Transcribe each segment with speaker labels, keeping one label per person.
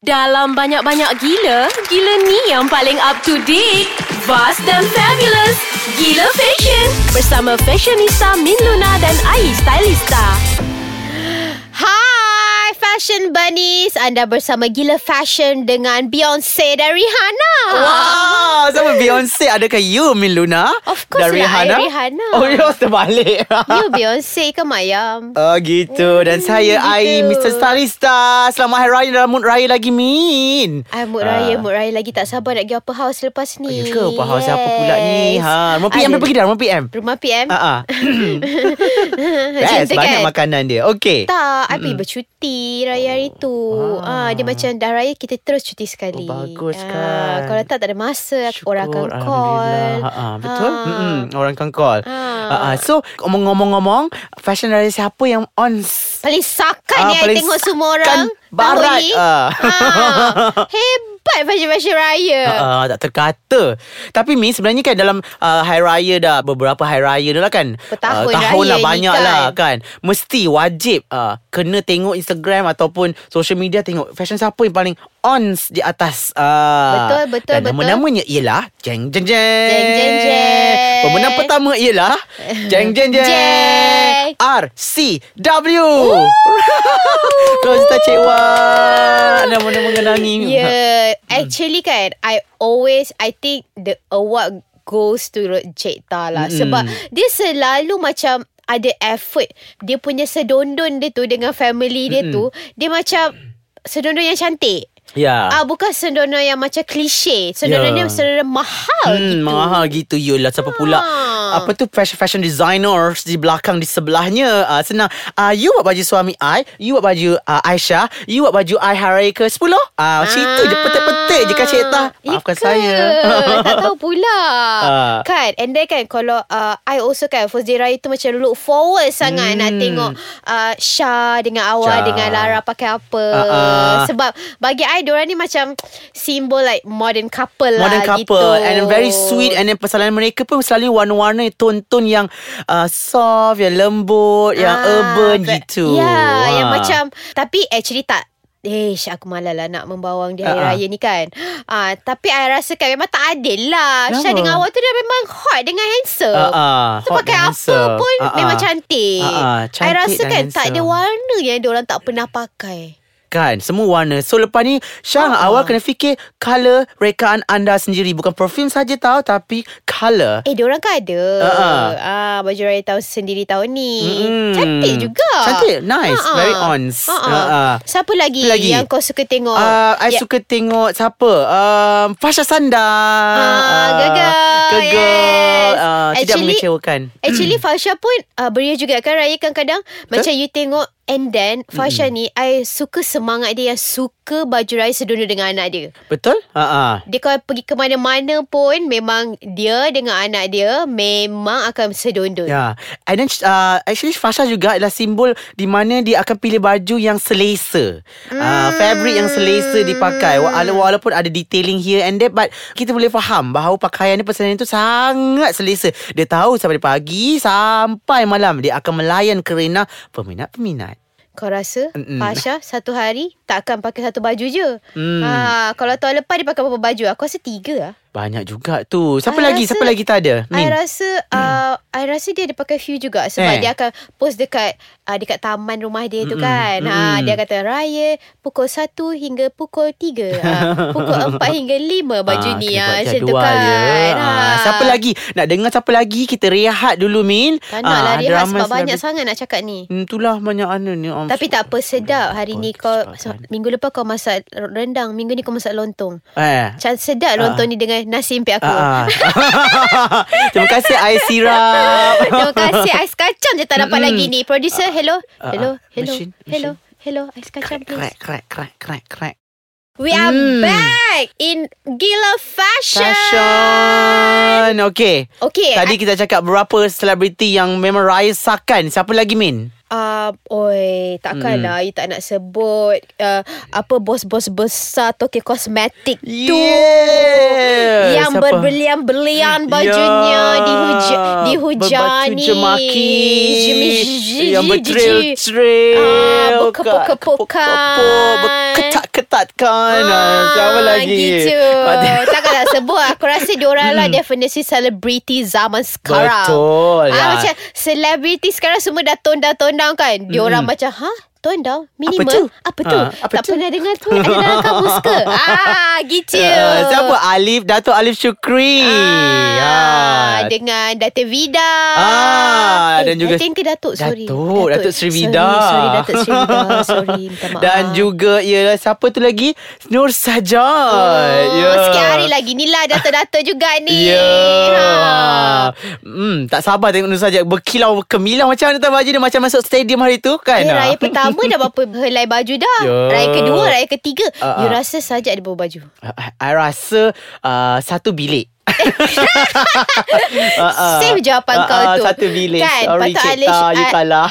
Speaker 1: Dalam banyak-banyak gila, gila ni yang paling up to date. Vast dan fabulous. Gila Fashion. Bersama fashionista Min Luna dan Ai Stylista.
Speaker 2: Hai Fashion Bunnies Anda bersama Gila Fashion Dengan Beyonce dan Rihanna
Speaker 3: Wow, Ah, sama Beyonce. Adakah you, Min Luna?
Speaker 2: Of course
Speaker 3: Dan
Speaker 2: lah,
Speaker 3: Rihanna?
Speaker 2: I Rihanna.
Speaker 3: Oh, you terbalik.
Speaker 2: You Ya, Beyonce ke Mayam
Speaker 3: Oh gitu Dan saya Ai
Speaker 2: Hmm, gitu.
Speaker 3: Mr. Starista Selamat Hari Raya Dalam mood Raya lagi Min
Speaker 2: Ay, mood raya, mood raya lagi tak sabar nak pergi apa house lepas ni.
Speaker 3: Ah. Ya ke apa house apa pula ni ha, Rumah PM
Speaker 2: Ada-
Speaker 3: dia pergi dah Rumah PM
Speaker 2: Rumah PM?
Speaker 3: Ah, eh, ah. Best
Speaker 2: tu
Speaker 3: Banyak
Speaker 2: kan?
Speaker 3: makanan dia Okay
Speaker 2: Tak, I pergi bercuti raya hari tu. Ah, dia macam dah raya kita terus cuti sekali.
Speaker 3: Oh, bagus
Speaker 2: Ah,
Speaker 3: kan.
Speaker 2: Kalau tak tak ada masa, Syukur, orang akan call.
Speaker 3: Alhamdulillah. Ha, ha, Betul
Speaker 2: Ah.
Speaker 3: Mm-mm, Orang akan call
Speaker 2: Ha.
Speaker 3: ha. ha. So Ngomong-ngomong-ngomong Fashion raya siapa yang on
Speaker 2: Paling sakan
Speaker 3: Ah,
Speaker 2: ni I
Speaker 3: paling
Speaker 2: tengok semua
Speaker 3: sakan
Speaker 2: orang
Speaker 3: barat,
Speaker 2: Tahun ni
Speaker 3: ah.
Speaker 2: Ah, Hebat fashion-fashion raya
Speaker 3: Uh, tak terkata Tapi Min sebenarnya kan Dalam uh, hari raya dah Beberapa hari raya dah lah kan
Speaker 2: Bertahun
Speaker 3: Tahun
Speaker 2: raya
Speaker 3: lah
Speaker 2: ni
Speaker 3: banyak
Speaker 2: kan.
Speaker 3: lah kan Mesti wajib uh, Kena tengok Instagram Ataupun social media Tengok fashion siapa yang paling On di atas uh,
Speaker 2: Betul, betul,
Speaker 3: Dan
Speaker 2: betul.
Speaker 3: nama-namanya ialah Jeng jeng jeng
Speaker 2: Jeng, jeng, jeng.
Speaker 3: Pemenang pertama ialah Jeng jeng jeng
Speaker 2: Jeng.
Speaker 3: RCW Rosita Cewa Nama-nama mengenangi
Speaker 2: Ya. Yeah Actually kan I always I think the award Goes to Jekta lah mm. Sebab Dia selalu macam Ada effort Dia punya sedondon dia tu Dengan family dia tu Dia macam Sedondon yang cantik
Speaker 3: Ya.
Speaker 2: Ah bukan sedondon yang macam klise. Sedondon yeah.
Speaker 3: Ya.
Speaker 2: dia sedondon mahal gitu.
Speaker 3: Hmm, mahal gitu Yelah siapa pula
Speaker 2: Ah.
Speaker 3: Apa tu fashion, fashion designers Di belakang Di sebelahnya uh, Senang uh, You buat baju suami I You buat baju uh, Aisyah You buat baju I hari ke 10 uh, ah. Situ je petik-petik je kan Cik Tah
Speaker 2: Ya
Speaker 3: Maafkan
Speaker 2: ke?
Speaker 3: saya
Speaker 2: Tak tahu pula
Speaker 3: Ah.
Speaker 2: Kan And then kan Kalau uh, I also kan First day raya tu macam Look forward sangat Nak
Speaker 3: Hmm.
Speaker 2: tengok uh, Syah Dengan Awal
Speaker 3: Syah.
Speaker 2: Dengan Lara pakai apa
Speaker 3: Ah, ah.
Speaker 2: Sebab Bagi I Diorang ni macam Simbol like Modern couple
Speaker 3: Modern
Speaker 2: lah gitu.
Speaker 3: couple And very sweet And then persalahan mereka pun Selalu warna-warna Tonton yang uh, Soft Yang lembut Yang
Speaker 2: Ah,
Speaker 3: urban
Speaker 2: ve-
Speaker 3: gitu
Speaker 2: Ya yeah, Yang
Speaker 3: Ah.
Speaker 2: macam Tapi actually tak Eish aku malas lah nak membawang dia
Speaker 3: Ah, ah.
Speaker 2: hari raya ni kan ah, Tapi I rasakan memang tak adil lah Syah
Speaker 3: Kenapa?
Speaker 2: dengan awak tu dia memang hot dengan handsome
Speaker 3: Ah, ah,
Speaker 2: So
Speaker 3: hot
Speaker 2: pakai
Speaker 3: dan
Speaker 2: apa
Speaker 3: handsome.
Speaker 2: pun
Speaker 3: Ah, ah.
Speaker 2: memang cantik
Speaker 3: Ah, ah,
Speaker 2: I
Speaker 3: cantik
Speaker 2: rasa
Speaker 3: dan
Speaker 2: kan tak ada
Speaker 3: handsome.
Speaker 2: warna yang diorang tak pernah pakai
Speaker 3: Kan Semua warna So lepas ni
Speaker 2: Ah.
Speaker 3: Syah uh-huh. awal kena fikir Colour rekaan anda sendiri Bukan perfume saja tau Tapi colour
Speaker 2: Eh diorang kan ada
Speaker 3: Ah, ah.
Speaker 2: ah, Baju raya tahun sendiri tahun ni
Speaker 3: Mm-mm.
Speaker 2: Eh, Cantik juga
Speaker 3: Hmm. Cantik. Nice.
Speaker 2: Ah, ah.
Speaker 3: Very ons.
Speaker 2: Ah, ah.
Speaker 3: Ah, ah.
Speaker 2: Siapa lagi,
Speaker 3: Siapa lagi?
Speaker 2: yang kau suka tengok
Speaker 3: Uh, I
Speaker 2: Ya-
Speaker 3: yeah. suka tengok siapa? Um, Fasha Sanda.
Speaker 2: Ah, gagal.
Speaker 3: Gagal.
Speaker 2: Yes.
Speaker 3: Uh, tidak
Speaker 2: Actually-
Speaker 3: mengecewakan.
Speaker 2: Actually
Speaker 3: Hmm.
Speaker 2: Fasha pun uh, Beria juga kan Raya kadang-kadang Macam you tengok And then Fasha
Speaker 3: Hmm.
Speaker 2: ni I suka semangat dia Yang suka baju raya Sedunia dengan anak dia
Speaker 3: Betul? Ha ah.
Speaker 2: Dia kalau pergi ke mana-mana pun Memang dia dengan anak dia Memang akan sedondon
Speaker 3: Ya. And then uh, actually Fasha juga adalah simbol di mana dia akan pilih baju yang selesa. Uh,
Speaker 2: Hmm.
Speaker 3: fabric yang selesa dipakai. Wa- ala- Walaupun ada detailing here and there but kita boleh faham bahawa pakaian dia pesanan itu sangat selesa. Dia tahu sampai pagi sampai malam dia akan melayan kerana peminat-peminat.
Speaker 2: Kau rasa
Speaker 3: Mm-mm.
Speaker 2: Fasha satu hari Tak akan pakai satu baju je
Speaker 3: Mm.
Speaker 2: ha, Kalau tahun lepas dia pakai berapa baju Aku rasa tiga lah
Speaker 3: Banyak juga tu. Siapa
Speaker 2: I
Speaker 3: lagi?
Speaker 2: rasa-
Speaker 3: Siapa lagi tak ada?
Speaker 2: I
Speaker 3: Min.
Speaker 2: rasa uh, I rasa dia ada pakai view juga sebab
Speaker 3: Eh.
Speaker 2: dia akan post dekat uh, dekat taman rumah dia tu
Speaker 3: Mm-mm,
Speaker 2: kan. Ha
Speaker 3: mm-mm.
Speaker 2: dia kata raya pukul 1 hingga pukul 3. Ha, pukul 4 hingga 5 baju
Speaker 3: Ah,
Speaker 2: ni
Speaker 3: kena
Speaker 2: ha
Speaker 3: buat
Speaker 2: macam tu
Speaker 3: jadual
Speaker 2: kan.
Speaker 3: ya. Ah, Siapa lagi? Nak dengar siapa lagi? Kita rehat dulu Min.
Speaker 2: Tak nak lah
Speaker 3: Ah,
Speaker 2: rehat
Speaker 3: drama
Speaker 2: sebab banyak
Speaker 3: selebriti.
Speaker 2: sangat nak cakap ni.
Speaker 3: Hmm, itulah banyak anu ni. Um,
Speaker 2: Tapi tak apa sedap hari ni kau
Speaker 3: Sedap
Speaker 2: so-
Speaker 3: sangat.
Speaker 2: minggu lepas kau masak rendang, minggu ni kau masak lontong.
Speaker 3: Eh.
Speaker 2: Macam sedap lontong ni dengan nasi impik aku.
Speaker 3: Ah, ah. Terima kasih air sirap.
Speaker 2: Terima kasih Ais kacang je tak dapat
Speaker 3: Mm-mm.
Speaker 2: lagi ni Producer hello
Speaker 3: Ah,
Speaker 2: Hello
Speaker 3: ah.
Speaker 2: Hello
Speaker 3: Machine,
Speaker 2: Hello Hello Ais kacang
Speaker 3: Crack,
Speaker 2: please
Speaker 3: crack, crack, crack, crack, crack.
Speaker 2: We are
Speaker 3: Mm.
Speaker 2: back In Gila Fashion,
Speaker 3: Fashion. Okay.
Speaker 2: Okay
Speaker 3: Tadi kita cakap berapa selebriti yang memang raya sakan. Siapa lagi, Min?
Speaker 2: uh, Oi
Speaker 3: Hmm.
Speaker 2: Takkanlah You tak nak sebut uh, Apa bos-bos besar Tokyo Cosmetic tu
Speaker 3: Yeah.
Speaker 2: Yang berlian-berlian bajunya
Speaker 3: Ya.
Speaker 2: dihuja, dihujani
Speaker 3: Berbaju jemaki
Speaker 2: Jemi-
Speaker 3: Yang
Speaker 2: Ah,
Speaker 3: bertril-tril
Speaker 2: kan. berkepuk-kepukan.
Speaker 3: Berkepuk-kepuk Berketak ketatkan. Ah, siapa lagi?
Speaker 2: Gitu
Speaker 3: Pada-
Speaker 2: Takkan nak sebut Aku rasa diorang lah Definitely celebrity Zaman sekarang
Speaker 3: Betul,
Speaker 2: ah,
Speaker 3: ya.
Speaker 2: Macam Celebrity sekarang Semua dah tone down Tone down kan Diorang macam Ha? Tone down? Minimal?
Speaker 3: Hmm. tu?
Speaker 2: Apa tu?
Speaker 3: Ah, apa
Speaker 2: tak
Speaker 3: tu?
Speaker 2: pernah dengar tu Ada dalam kamus ke? Ah, gitu
Speaker 3: Uh, siapa? Alif, Dato' Alif Syukri.
Speaker 2: Ah,
Speaker 3: Ah,
Speaker 2: dengan Datuk Vida.
Speaker 3: Ah, dan juga-
Speaker 2: I think ke Datuk, sorry.
Speaker 3: Datuk, Datuk Sri Vida.
Speaker 2: Sorry, sorry Datuk Sri Vida. Sorry, minta maaf.
Speaker 3: Dan juga ialah siapa tu lagi? Nur Sajat.
Speaker 2: Oh, Sekian hari lagi ni lah Datuk-datuk juga ni
Speaker 3: Ya.
Speaker 2: ha.
Speaker 3: Hmm, tak sabar tengok Nur Sajat berkilau kemilau macam mana tak baju dia macam masuk stadium hari tu kan.
Speaker 2: Eh,
Speaker 3: ah?
Speaker 2: raya pertama dah berapa helai baju dah
Speaker 3: Ya.
Speaker 2: Raya kedua, raya ketiga
Speaker 3: Ah,
Speaker 2: You
Speaker 3: ah.
Speaker 2: rasa saja ada bawa baju
Speaker 3: hmm, I- I rasa uh, satu bilik. uh,
Speaker 2: Same jawapan kau tu
Speaker 3: ah, Satu bilik
Speaker 2: Kan
Speaker 3: Sorry
Speaker 2: Patut
Speaker 3: Cik
Speaker 2: Alish-
Speaker 3: Ta You
Speaker 2: I-
Speaker 3: kalah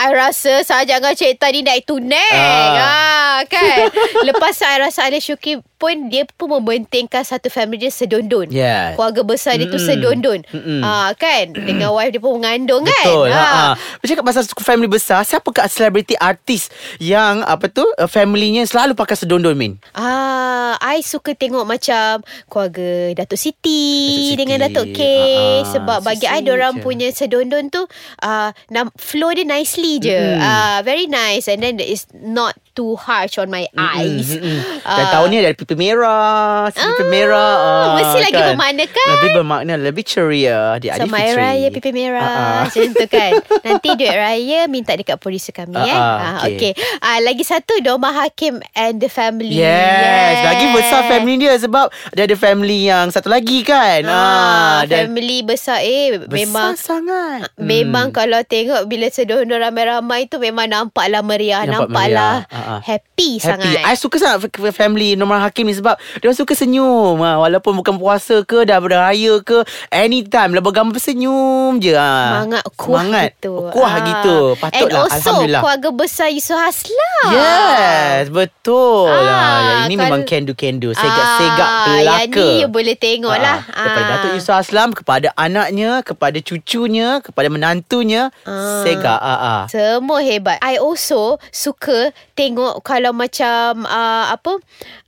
Speaker 2: I rasa saja dengan Cik Ta ni naik to neck ah.
Speaker 3: Ah.
Speaker 2: kan Lepas tu I rasa Alif Syukri pun Dia pun mementingkan satu family dia sedondon
Speaker 3: Yeah.
Speaker 2: Keluarga besar dia tu
Speaker 3: Mm-mm.
Speaker 2: sedondon
Speaker 3: Mm-mm.
Speaker 2: ah, Kan Dengan wife dia pun mengandung kan
Speaker 3: Hmm. Betul
Speaker 2: Ah.
Speaker 3: ha. Bercakap pasal family besar Siapakah selebriti artis Yang apa tu uh, Familynya selalu pakai sedondon Min
Speaker 2: Ah, I suka tengok macam keluarga Datuk Siti,
Speaker 3: Datuk Siti.
Speaker 2: dengan Datuk K
Speaker 3: Ah, ah.
Speaker 2: sebab bagi I
Speaker 3: Sisi
Speaker 2: orang
Speaker 3: je.
Speaker 2: punya sedondon tu ah nam, flow dia nicely je. Ah, very nice and then it's not too harsh on my eyes.
Speaker 3: Mm, mm, mm. Dan tahun ni ada pipi merah Pipi
Speaker 2: Ah,
Speaker 3: merah ah,
Speaker 2: mesti lagi bermakna, kan?
Speaker 3: Lebih bermakna Lebih ceria Di
Speaker 2: So ya,
Speaker 3: Alif
Speaker 2: my
Speaker 3: Fitri
Speaker 2: raya pipi merah
Speaker 3: Ah, ah.
Speaker 2: Macam tu kan Nanti duit raya Minta dekat producer kami
Speaker 3: Ah,
Speaker 2: eh
Speaker 3: ah,
Speaker 2: Ah, okay,
Speaker 3: okay.
Speaker 2: Ah, Lagi satu Doma Hakim and the family
Speaker 3: Yes, lagi besar family dia sebab dia ada family yang satu lagi kan.
Speaker 2: Ah,
Speaker 3: dan
Speaker 2: family besar eh
Speaker 3: besar
Speaker 2: memang
Speaker 3: sangat.
Speaker 2: Memang hmm. kalau tengok bila sedondon ramai-ramai tu memang nampaklah meriah,
Speaker 3: Nampak
Speaker 2: nampaklah
Speaker 3: meriah. Ah, ah.
Speaker 2: happy,
Speaker 3: Happy lah.
Speaker 2: sangat.
Speaker 3: I suka sangat f- f- family Norman Hakim ni Sebab dia orang suka senyum ha, Walaupun bukan puasa ke Dah beraya ke Anytime Lah bergambar senyum je ha.
Speaker 2: Semangat kuah
Speaker 3: Semangat.
Speaker 2: gitu.
Speaker 3: Kuah
Speaker 2: Ah.
Speaker 3: gitu
Speaker 2: And
Speaker 3: Patutlah
Speaker 2: also
Speaker 3: Alhamdulillah
Speaker 2: keluarga besar Yusof Haslam.
Speaker 3: Yes Betul
Speaker 2: Ah,
Speaker 3: ah, Yang ini
Speaker 2: kalau-
Speaker 3: memang kendu-kendu Segak-segak belaka
Speaker 2: Ah, Yang ni you boleh tengok lah.
Speaker 3: Ah, Daripada Datuk Yusof Aslam kepada anaknya, kepada cucunya, kepada menantunya,
Speaker 2: Ah.
Speaker 3: segak. Ah, ah.
Speaker 2: Semua hebat. I also suka tengok kalau macam uh, apa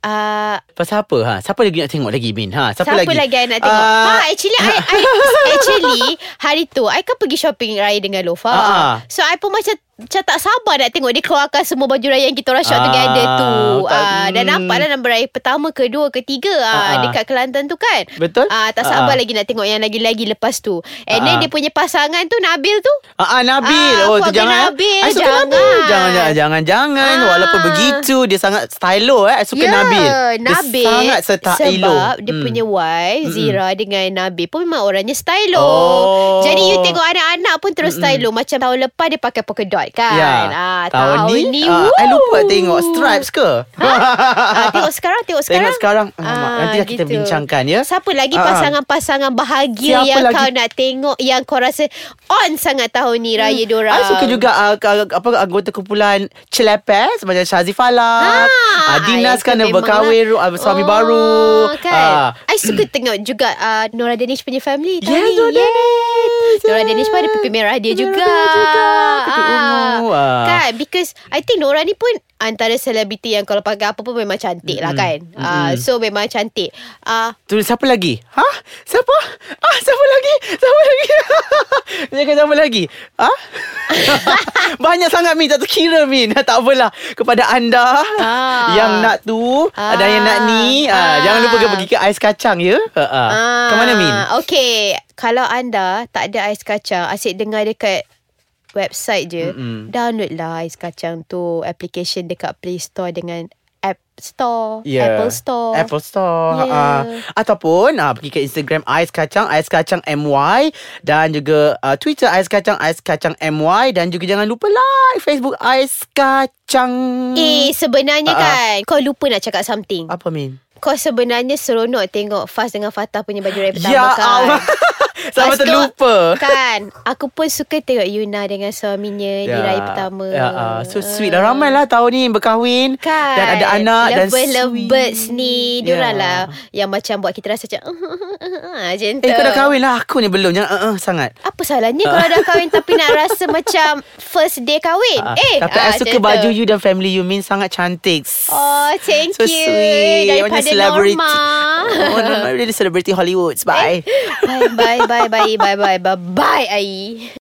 Speaker 2: uh,
Speaker 3: Pasal apa? Ha? Siapa lagi nak tengok lagi, Ah. Min? Ha? Siapa,
Speaker 2: Siapa, lagi? lagi I nak tengok? Uh, ha, actually, I, I, actually hari tu, I kan pergi shopping raya dengan Lofa.
Speaker 3: Ah, ah.
Speaker 2: So, I pun macam macam tak sabar nak tengok dia keluarkan semua baju raya yang kita orang shop
Speaker 3: Ah,
Speaker 2: together tu.
Speaker 3: tak-
Speaker 2: Ah, dan
Speaker 3: hmm.
Speaker 2: nampak lah nombor raya pertama, kedua, ketiga ah,
Speaker 3: Ah, ah.
Speaker 2: dekat Kelantan tu kan.
Speaker 3: Betul.
Speaker 2: Ah, tak sabar
Speaker 3: Ah, ah.
Speaker 2: lagi nak tengok yang lagi-lagi lepas tu. And then
Speaker 3: Ah, ah.
Speaker 2: dia punya pasangan tu Nabil tu.
Speaker 3: Ah, ah, Nabil.
Speaker 2: Ah,
Speaker 3: oh,
Speaker 2: keluarga
Speaker 3: tu jangan.
Speaker 2: Nabil,
Speaker 3: I suka
Speaker 2: jangan.
Speaker 3: Nabil. Jangan, jangan, jangan. jangan.
Speaker 2: Ah. Ya,
Speaker 3: Walaupun begitu, dia sangat stylo. Eh. I suka Nabil.
Speaker 2: Nabil
Speaker 3: Dia sangat serta
Speaker 2: sebab
Speaker 3: elo.
Speaker 2: dia
Speaker 3: Hmm.
Speaker 2: punya wife Zira dengan Nabil pun memang orangnya stylo.
Speaker 3: Oh.
Speaker 2: Jadi you tengok anak-anak pun terus stylo macam tahun lepas dia pakai polka dot kan.
Speaker 3: Ya.
Speaker 2: Ah,
Speaker 3: tahun, ni, ah,
Speaker 2: woo.
Speaker 3: I lupa tengok stripes ke?
Speaker 2: Ah, tengok sekarang, tengok sekarang. Ah,
Speaker 3: Tengok sekarang. Alamak, nanti dah kita bincangkan, ya.
Speaker 2: Siapa lagi
Speaker 3: Ah, ah.
Speaker 2: pasangan-pasangan bahagia
Speaker 3: Siapa
Speaker 2: yang
Speaker 3: lagi?
Speaker 2: kau nak tengok yang kau rasa on sangat tahun ni raya diorang.
Speaker 3: Hmm. I suka juga uh, ka- apa anggota kumpulan Celepes macam Shazi
Speaker 2: Ah,
Speaker 3: Falak. Ah,
Speaker 2: yang
Speaker 3: Dinas
Speaker 2: tu
Speaker 3: kan dah
Speaker 2: memang
Speaker 3: berkahwin
Speaker 2: lah.
Speaker 3: lah. suami
Speaker 2: Oh,
Speaker 3: baru. Ah.
Speaker 2: kan. I suka tengok juga uh, Nora Danish punya family tahun
Speaker 3: Yes,
Speaker 2: ni.
Speaker 3: Nora
Speaker 2: Yeah.
Speaker 3: Danish.
Speaker 2: Nora Danish pun ada pipi merah dia
Speaker 3: Pipi
Speaker 2: juga.
Speaker 3: merah dia juga. Kutik ungu. Ah.
Speaker 2: Kan because I think Nora ni pun antara selebriti yang kalau pakai apa pun memang cantik lah kan. Ah, so memang cantik. Ah,
Speaker 3: Tu siapa lagi? Ha? Siapa? Ah, siapa lagi? Siapa lagi? Dia kata siapa lagi? Ha? Banyak sangat Min Tak terkira Min Tak apalah Kepada anda
Speaker 2: Ah.
Speaker 3: Yang nak tu
Speaker 2: Ah.
Speaker 3: Dan yang nak ni
Speaker 2: Ah.
Speaker 3: ah. Jangan lupa ke pergi ke Ais Kacang ya ah. ah.
Speaker 2: ah.
Speaker 3: Ke mana Min?
Speaker 2: Okay. Kalau anda tak ada ais kacang, asyik dengar dekat website je. Mm-mm. Download lah ais kacang tu. Application dekat Play Store dengan App Store. Apple Store.
Speaker 3: Ya.
Speaker 2: Ya.
Speaker 3: Apple Store
Speaker 2: Yeah.
Speaker 3: yeah. uh, Ataupun uh, Pergi ke Instagram Ais Kacang Ais Kacang MY Dan juga uh, Twitter Ais Kacang Ais Kacang MY Dan juga jangan lupa like Facebook Ais Kacang
Speaker 2: Eh, sebenarnya
Speaker 3: Ah, ah.
Speaker 2: kan, kau lupa nak cakap something.
Speaker 3: Apa Min?
Speaker 2: Kau sebenarnya seronok tengok Fas dengan Fatah punya baju raya pertama
Speaker 3: Ya
Speaker 2: kan
Speaker 3: Allah Sama
Speaker 2: Lepas tu,
Speaker 3: terlupa
Speaker 2: Kan Aku pun suka tengok Yuna dengan suaminya Di raya pertama
Speaker 3: ya, uh, So sweet lah Ramai lah tahun ni berkahwin
Speaker 2: Kan
Speaker 3: Dan ada anak Dan
Speaker 2: Lovebird,
Speaker 3: sweet
Speaker 2: Lovebirds ni Diorang
Speaker 3: Ya.
Speaker 2: lah Yang macam buat kita rasa macam Macam tu
Speaker 3: Eh kau dah kahwin lah Aku ni belum Jangan uh, uh, sangat
Speaker 2: apa salahnya kalau dah kahwin tapi nak rasa macam first day kahwin?
Speaker 3: Ah,
Speaker 2: eh,
Speaker 3: Tapi
Speaker 2: ah,
Speaker 3: I
Speaker 2: macam
Speaker 3: suka
Speaker 2: tu.
Speaker 3: baju you dan family you Min sangat cantik
Speaker 2: Oh, thank
Speaker 3: So
Speaker 2: you.
Speaker 3: sweet You're
Speaker 2: Daripada
Speaker 3: a celebrity
Speaker 2: Norma. Eh?
Speaker 3: Oh Norma really celebrity Hollywood Bye
Speaker 2: Bye, bye, bye, bye, bye, bye, bye, bye, bye, Ai.